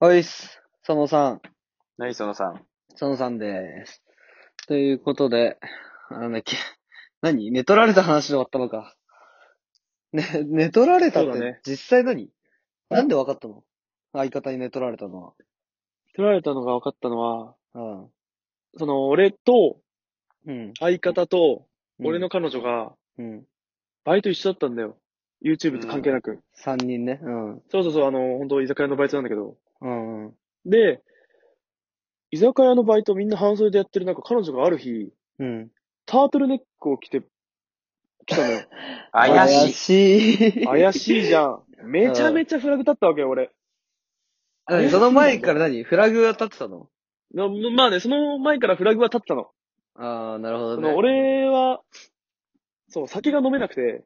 おいっす。そのさん、何そのさん。そのさんです。ということで、なんだっけ。何寝取られた話で終わったのか。ね、寝取られたっそうだてね、実際何、なんで分かったの相方に寝取られたのは。取られたのが分かったのは、うん。その、俺と、うん。相方と、うん俺の、彼女が、うん。バイト一緒だったんだよ。YouTube と関係なく。三人ね。うん。そうそうそう、あの、本当居酒屋のバイトなんだけど。うんうん。で、居酒屋のバイトみんな半袖でやってる中、彼女がある日、うん。タートルネックを着て、来たの よ。怪しい。怪しいじゃん。めちゃめちゃフラグ立ったわけよ、俺。何 その前から何フラグが立ってたのなまあね、その前からフラグは立ったの。ああ、なるほそどね。の、俺は、そう、酒が飲めなくて、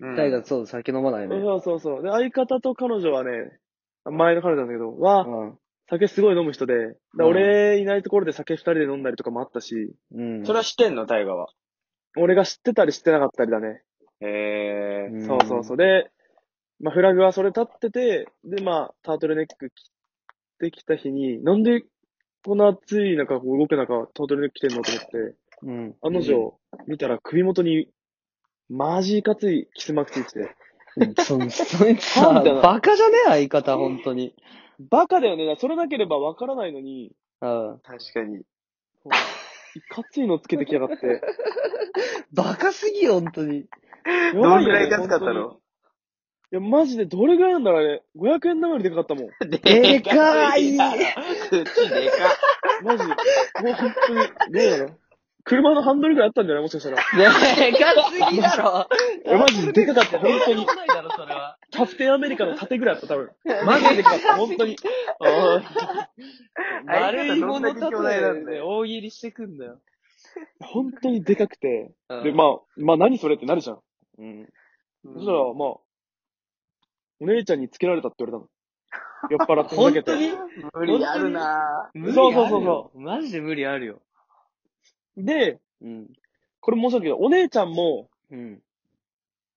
大学、そう、酒飲まないね。うん。そうそうそう。で、相方と彼女はね、前の彼女なんだけど、は、酒すごい飲む人で、だから俺いないところで酒二人で飲んだりとかもあったし、うん。それは知ってんの大河は。俺が知ってたり知ってなかったりだね。へえ。んそうそうそう。で、まあ、フラグはそれ立ってて、で、まあ、タートルネック着てきた日に、なんで、こんな暑い中、こう動く中、タートルネック着てんのと思って、うん。あの女、見たら首元に、マジいかついキスマークついてて。そ、そいつさ、なんだろうバカじゃねえ相方、本当に。バカだよね。だからそれなければわからないのに、うん。確かに。いかついのつけてきやがって。バカすぎ、本当に。どどんぐらい安かったいのや、マジでどれぐらいなんだろう、あれ。500円玉よりでかかったもん。でかい な口でかマジで。もう本当に、どうだろう。車のハンドルぐらいあったんじゃないもしかしたら。でかすぎだろ。いや、マジででかかった、本当に。ないだろ、それは。キャプテンアメリカの盾ぐらいあった、多分。マジででかかった、本当に。あ丸いもの相方どんだけ巨大なだんだよ大喜利してくんだよ。ー本当にでかくて。で、あ。まあ、まあ何それってなるじゃん。うん。い。そしたら、まあ、お姉ちゃんにつけられたって言われたの。酔っ払ってふ ざ本けて。当に無理あるな無理そうそうそあうるそよマジで無理あるよ。で、うん。これ申し訳ないけど、お姉ちゃんも、うん。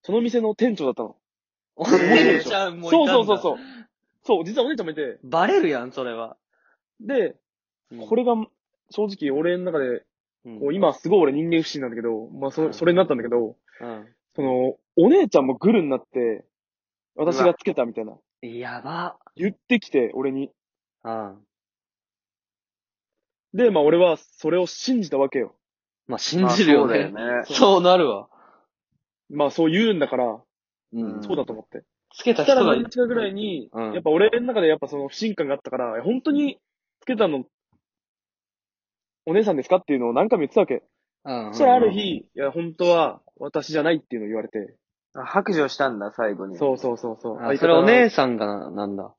その店の店長だったの。おえ姉ちゃんもいたそんうだ。そうそうそう。そう、実はお姉ちゃんもいて、バレるやん、それは。で、これが、正直俺の中で、うん、こう今すごい俺人間不信なんだけど、まあうそ、んそれになったんだけど、うん。その、お姉ちゃんもグルになって、私がつけたみたいな。やば。言ってきて、俺に。うん。で、まあ俺はそれを信じたわけよ。まあ、信じるよまあね。そうそうなるわ。まあそう言うんだから、うんそうだと思って。つけたそした人らが何日かぐらいに、うんやっぱ俺の中でやっぱその不信感があったから、いや本当につけたの、お姉さんですかっていうのを何回も言ってたわけ。そしたらある日、いや本当は私じゃないっていうのを言われて。あ白状したんだ、最後に。そうそうそうそう。あそれお姉ささんん。がななんだ。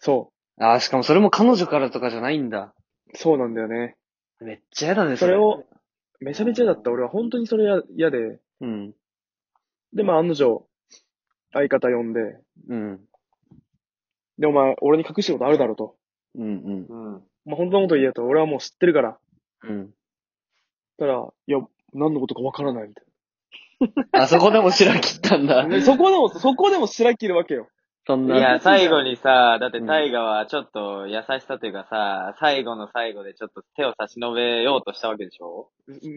そああ、しかもそれも彼女からとかじゃないんだ。う。そうなんだよね。めっちゃ嫌だね、そそれ。れを、めちゃめちゃだった。俺は本当にそれや嫌で。うん。で、まあ案の定、相方呼んで、うん。で、お前、俺に隠してることあるだろうと。うん、うん。うん。まあ、本当のこと言えと。俺はもう知ってるから。うん。たら、いや、何のことかわからないみたいあそこでも白切ったんだな。。ねそこでも、そこでも白切るわけよ。 そんいな。や、最後にさ、だってうん大河はちょっと優しさというかさ、最後の最後でちょっと手を差し伸べようとしたわけでしょ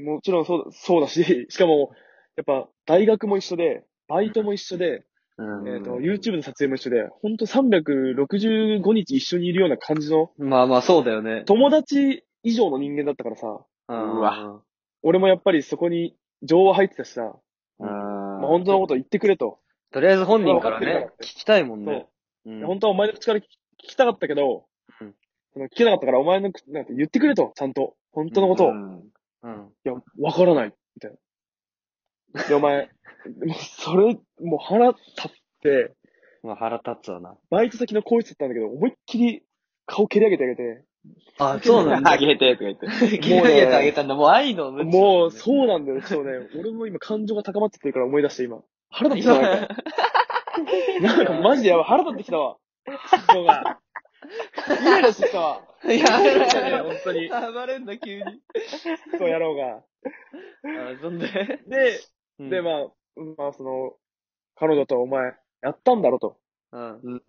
もちろんそうだ、そうだし、 しかも、やっぱ、大学も一緒で、バイトも一緒で、うんえっ、と、YouTube の撮影も一緒で、ほんと365日一緒にいるような感じの、まあまあ、そうだよね。友達以上の人間だったからさ、うんうわ。俺もやっぱりそこに情は入ってたしさ、うんまあ、本当のこと言ってくれと。とりあえず本人からわかってるねか、ら聞きたいもんそうね。。ういんや本当はお前の口から聞き聞きたかったけど、うんその聞けなかったからお前の口なんて言ってくれと、ちゃんと。本当のことを。いんうん。や、わからない。みたいな。で、お前、 もうそれ、もう腹立って、まあ、腹立つわな。バイト先のこいつだったんだけど、思いっきり顔蹴り上げてあげて、 あ、そうなんだ あ。げて、とか言って。切り上げてあげたんだ。もう愛の無知もう、そうなんだよ。そうね。俺も今感情が高まってってるから思い出して今。腹立ってきたわなんか。なんかマジでやばい。腹立ってきたわ。そうが。イライラしてきたわ。う。いや、そうね本当に。暴れんだ、急に。そうやろうが。あ、そんで。で、で、あ。まあ、まあ、その、彼女とお前、やったんだろと。うん。うん。なんて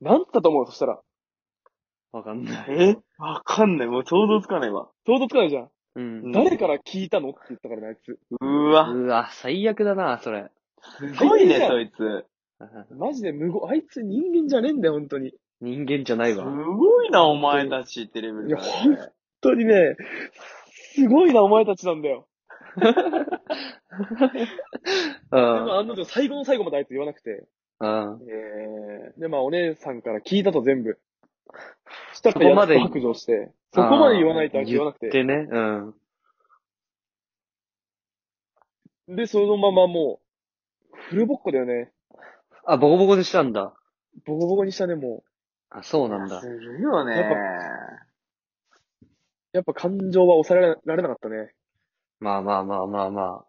言ったと思うそしたら。わかんない。えわかんない。もう想像つかないわ。想像つかないじゃん。うん。誰から聞いたのって言ったからね、あいつ。うわ。うわ、最悪だな、それ。すごいね、最悪だそいつ。マジで無言。あいつ人間じゃねえんだよ、本当に。人間じゃないすわ。ごいな、お前たちってレベルだねいやほん本当にね、すごいな、お前たちなんだよ。うでん。も、あの、最後の最後まであいつ言わなくて。うん。で、まあ、お姉さんから聞いたと全部。したそらこまでやっと白状して。そこまで言わないとあいつ言わなく。言っててね。うん。で、そのままもう、フルボッコだよね。あ、ボコボコにしたんだ。ボコボコにしたね、もあ、そうなんだす。るよね。やっう。やっぱ感情は抑えられられなかったね。まあまあまあまあま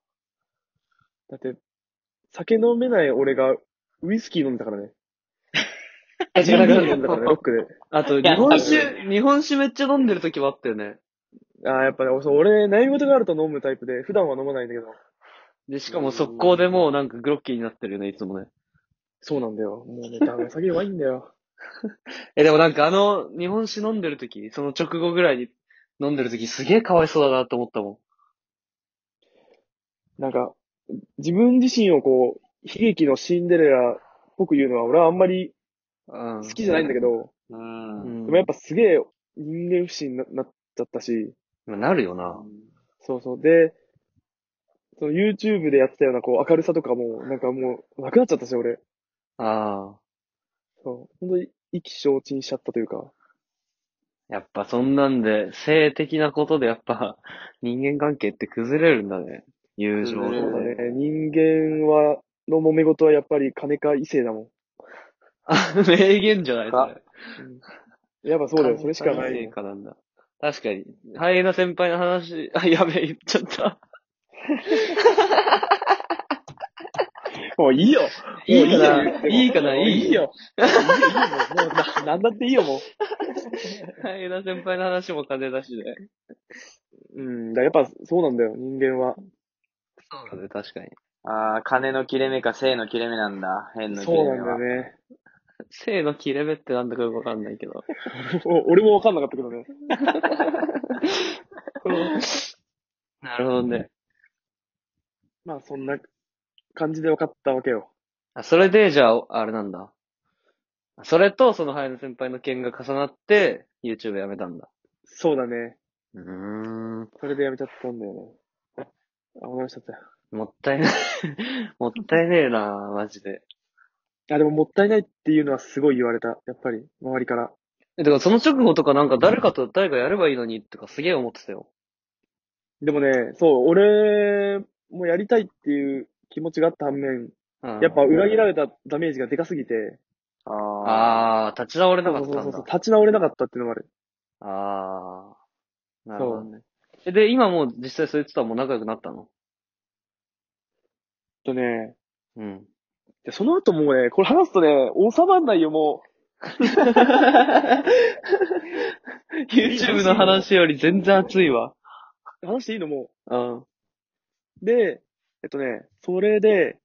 だって、酒飲めない俺が、ウイスキー飲んだからね。あ。ジンビール飲んだからね、ロックで。 あと、日本酒、日本酒めっちゃ飲んでる時もあったよね。ああ、やっぱね、そう俺、悩み事があると飲むタイプで、普段は飲まないんだけど。で、しかも速攻でもうなんかグロッキーになってるよね、いつもね。そうなんだよ。もうね、ダメ、酒弱いんだよ。え、でもなんかあの、日本酒飲んでる時、その直後ぐらいに飲んでる時すげえかわいそうだなと思ったもなんか、自分自身をこう、悲劇のシンデレラっぽく言うのは、俺はあんまりん。うん。好きじゃないんだけど、うん。ううんんでもやっぱすげえ人間不信にななっちゃったし、まあなるよな。そうそう。で、その YouTube でやってたようなこう明るさとかも、なんかもうなくなっちゃったし、俺。ああ。そう。本当に意気消沈しちゃったというか。やっぱそんなんで、性的なことでやっぱ、人間関係って崩れるんだね。友情崩それうるだね。人間は、の揉め事はやっぱり金か異性だもあ、 名言じゃないそれ。ん。やっぱそうだよ。それしかな成い。果なんだ。確かに。ハイエナ先輩の話、 あ、やべえ、言っちゃった。もう いいよ。もういいかよな言ってもいいかなもういいいいよ。いいよもうもうな なんだっていいよ、もう。ハイエナ先輩の話も金出しで。うん、だからやっぱそうなんだよ、人間は。そうだね、確かに。ああ、金の切れ目か性の切れ目なんだ。変の切そうなれ目んだは。よね。性の切れ目ってなんだかよくわかんないけど。お俺もわかんなかったけどね。なるほどね。まあそんな感じで分かったわけよ。あ、それで、じゃあ、あれなんだ。それと、そのハイエナ先輩の件が重なって、YouTube やめたんだ。そうだね。うーん。それでやめちゃったんだよね。あ、おめしちゃったよ。もったいない。 もったいねえなマジで。あ、でももったいないっていうのはすごい言われた。やっぱり、周りから。え、だからその直後とかなんか誰かと誰かやればいいのにとかすげえ思ってたよ。でもね、そう、俺もやりたいっていう気持ちがあった反面、うんやっぱ裏切られたダメージがでかすぎて、ああ。あー、立ち直れなかそっうたそんうそうだ。、立ち直れなかったっていうのもある。あー。なるほそどうね。。えで、今もう実際そいつとはもう仲良くなったのとね、うん。でその後もうね、これ話すとね、収まんないよ、も YouTube の話より全然熱いわ。う。話していいのもう。うん。で、えっとね、それで、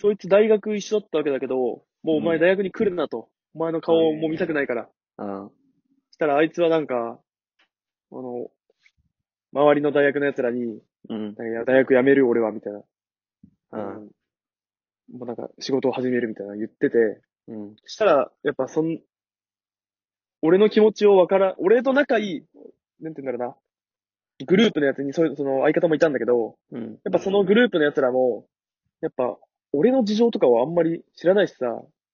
そいつ大学一緒だったわけだけど、もうお前うん大学に来るなと。お前の顔も見たくないから。うん。したらあいつはなんか、あの、周りの大学の奴らに、うん。なんかいや大学辞める俺は、みたいな。うん。もうなんか仕事を始めるみたいな言ってて、うん。したら、やっぱそん、俺の気持ちをわから、俺と仲いい、なんて言うんだろうな、グループのやつにそういう、その相方もいたんだけど、うん。やっぱそのグループの奴らも、やっぱ、俺の事情とかはあんまり知らないしさ、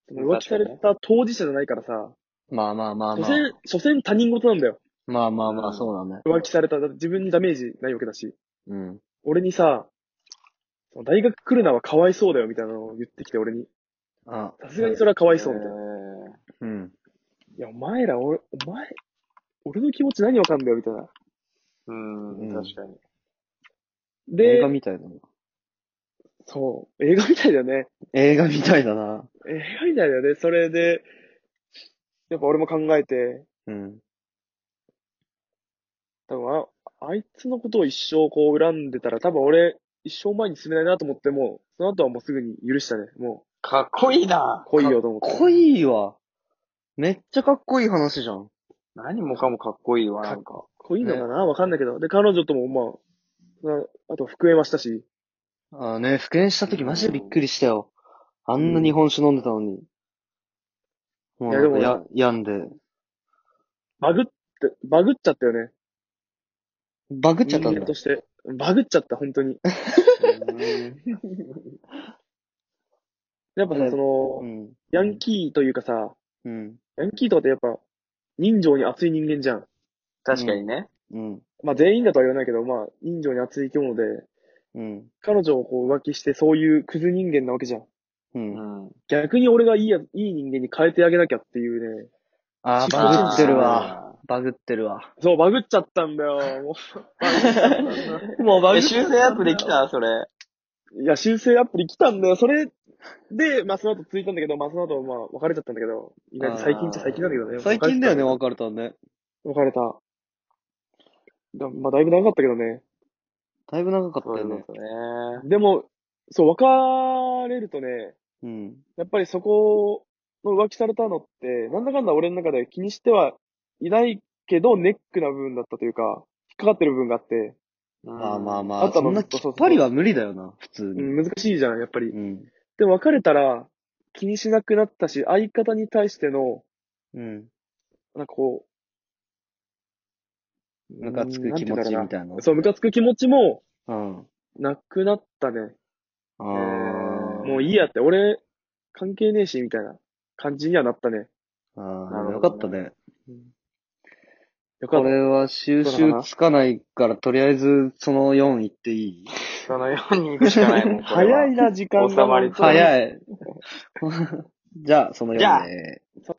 その浮気された当事者じゃないからさ、まあまあまあ所まあ。詮、所詮他人事なんだよ。まあまあまあ、そうだね。浮気された。だって自分にダメージないわけだし。うん。俺にさ、その大学来るなはかわいそうだよみたいなのを言ってきて俺に。あ、さすがにそれはかわいそうえみたいな。ーうん。いや、お前ら、俺、お前、俺の気持ち何わかんだよみたいな。うん、確かに。映で画、みたいだな。そう、映画みたいだよね。映画みたいだな。映画みたいだよね。それで、やっぱ俺も考えて、うん。多分あ、あいつのことを一生こう恨んでたら、多分俺、一生前に進めないなと思っても、その後はもうすぐに許したね。もかっこいいなう、。来いよと思って。濃いわ。めっちゃかっこいい話じゃん。何もかもかっこいいわ、なんか。こいいのかなわかんないけど。で、彼女とも、まあ、なあと復縁はしたし。ああね、復縁した時マジでびっくりしたよ。あんな日本酒飲んでたのに。もうなんかいやでや、病んで。バグって、バグっちゃったよね。バグっちゃったん人間だと。して。バグっちゃった、本当に。やっぱあれさ、その、うん。ヤンキーというかさ、うん。ヤンキーとかってやっぱ、人情に熱い人間じゃん。確かにね。うん。まあ全員だとは言わないけど、まあ、人情に熱い生き物で、うん。彼女をこう浮気して、そういうクズ人間なわけじゃん。うん。うん。逆に俺がいいや、いい人間に変えてあげなきゃっていうね。ああ、しバグってるわ。まあ。バグってるわ。そう、バグっちゃったんだよ。ももうバえ、修正アップできたそれ。ういや、修正アプリ来たんだよ。それで、まあその後ついたんだけど、まあその後、まあ別れちゃったんだけど、意外と最近っちゃ最近なんだけどね。最近だよね、別別れれたのね。ちゃった別れた。だまあだいぶ長かったけどね。だいぶ長かったそういようね。ことね。でも、そう、別れるとね、うん。やっぱりそこの浮気されたのって、なんだかんだ俺の中で気にしてはいないけど、ネックな部分だったというか、引っかかってる部分があって、まあまあまあ、あとはそんなきっぱりは無理だよな、普通うに。ん、難しいじゃん、やっぱりう。ん。でも別れたら、気にしなくなったし、相方に対しての、うん。なんかこう、ムカつく気持ちみたいな。な。そう、ムカつく気持ちも、うん。あなくなったね。あ。ーもういいやって、俺、関係ねえし、みたいな感じにはなったね。あなるほどあ、ねよかったね。よかこった。れは収集つかないから、とりあえずその4行っていいそのように行くしかないも ん。これは早いな、時間が。収まり つ早い。じゃあ、その4で。じゃあ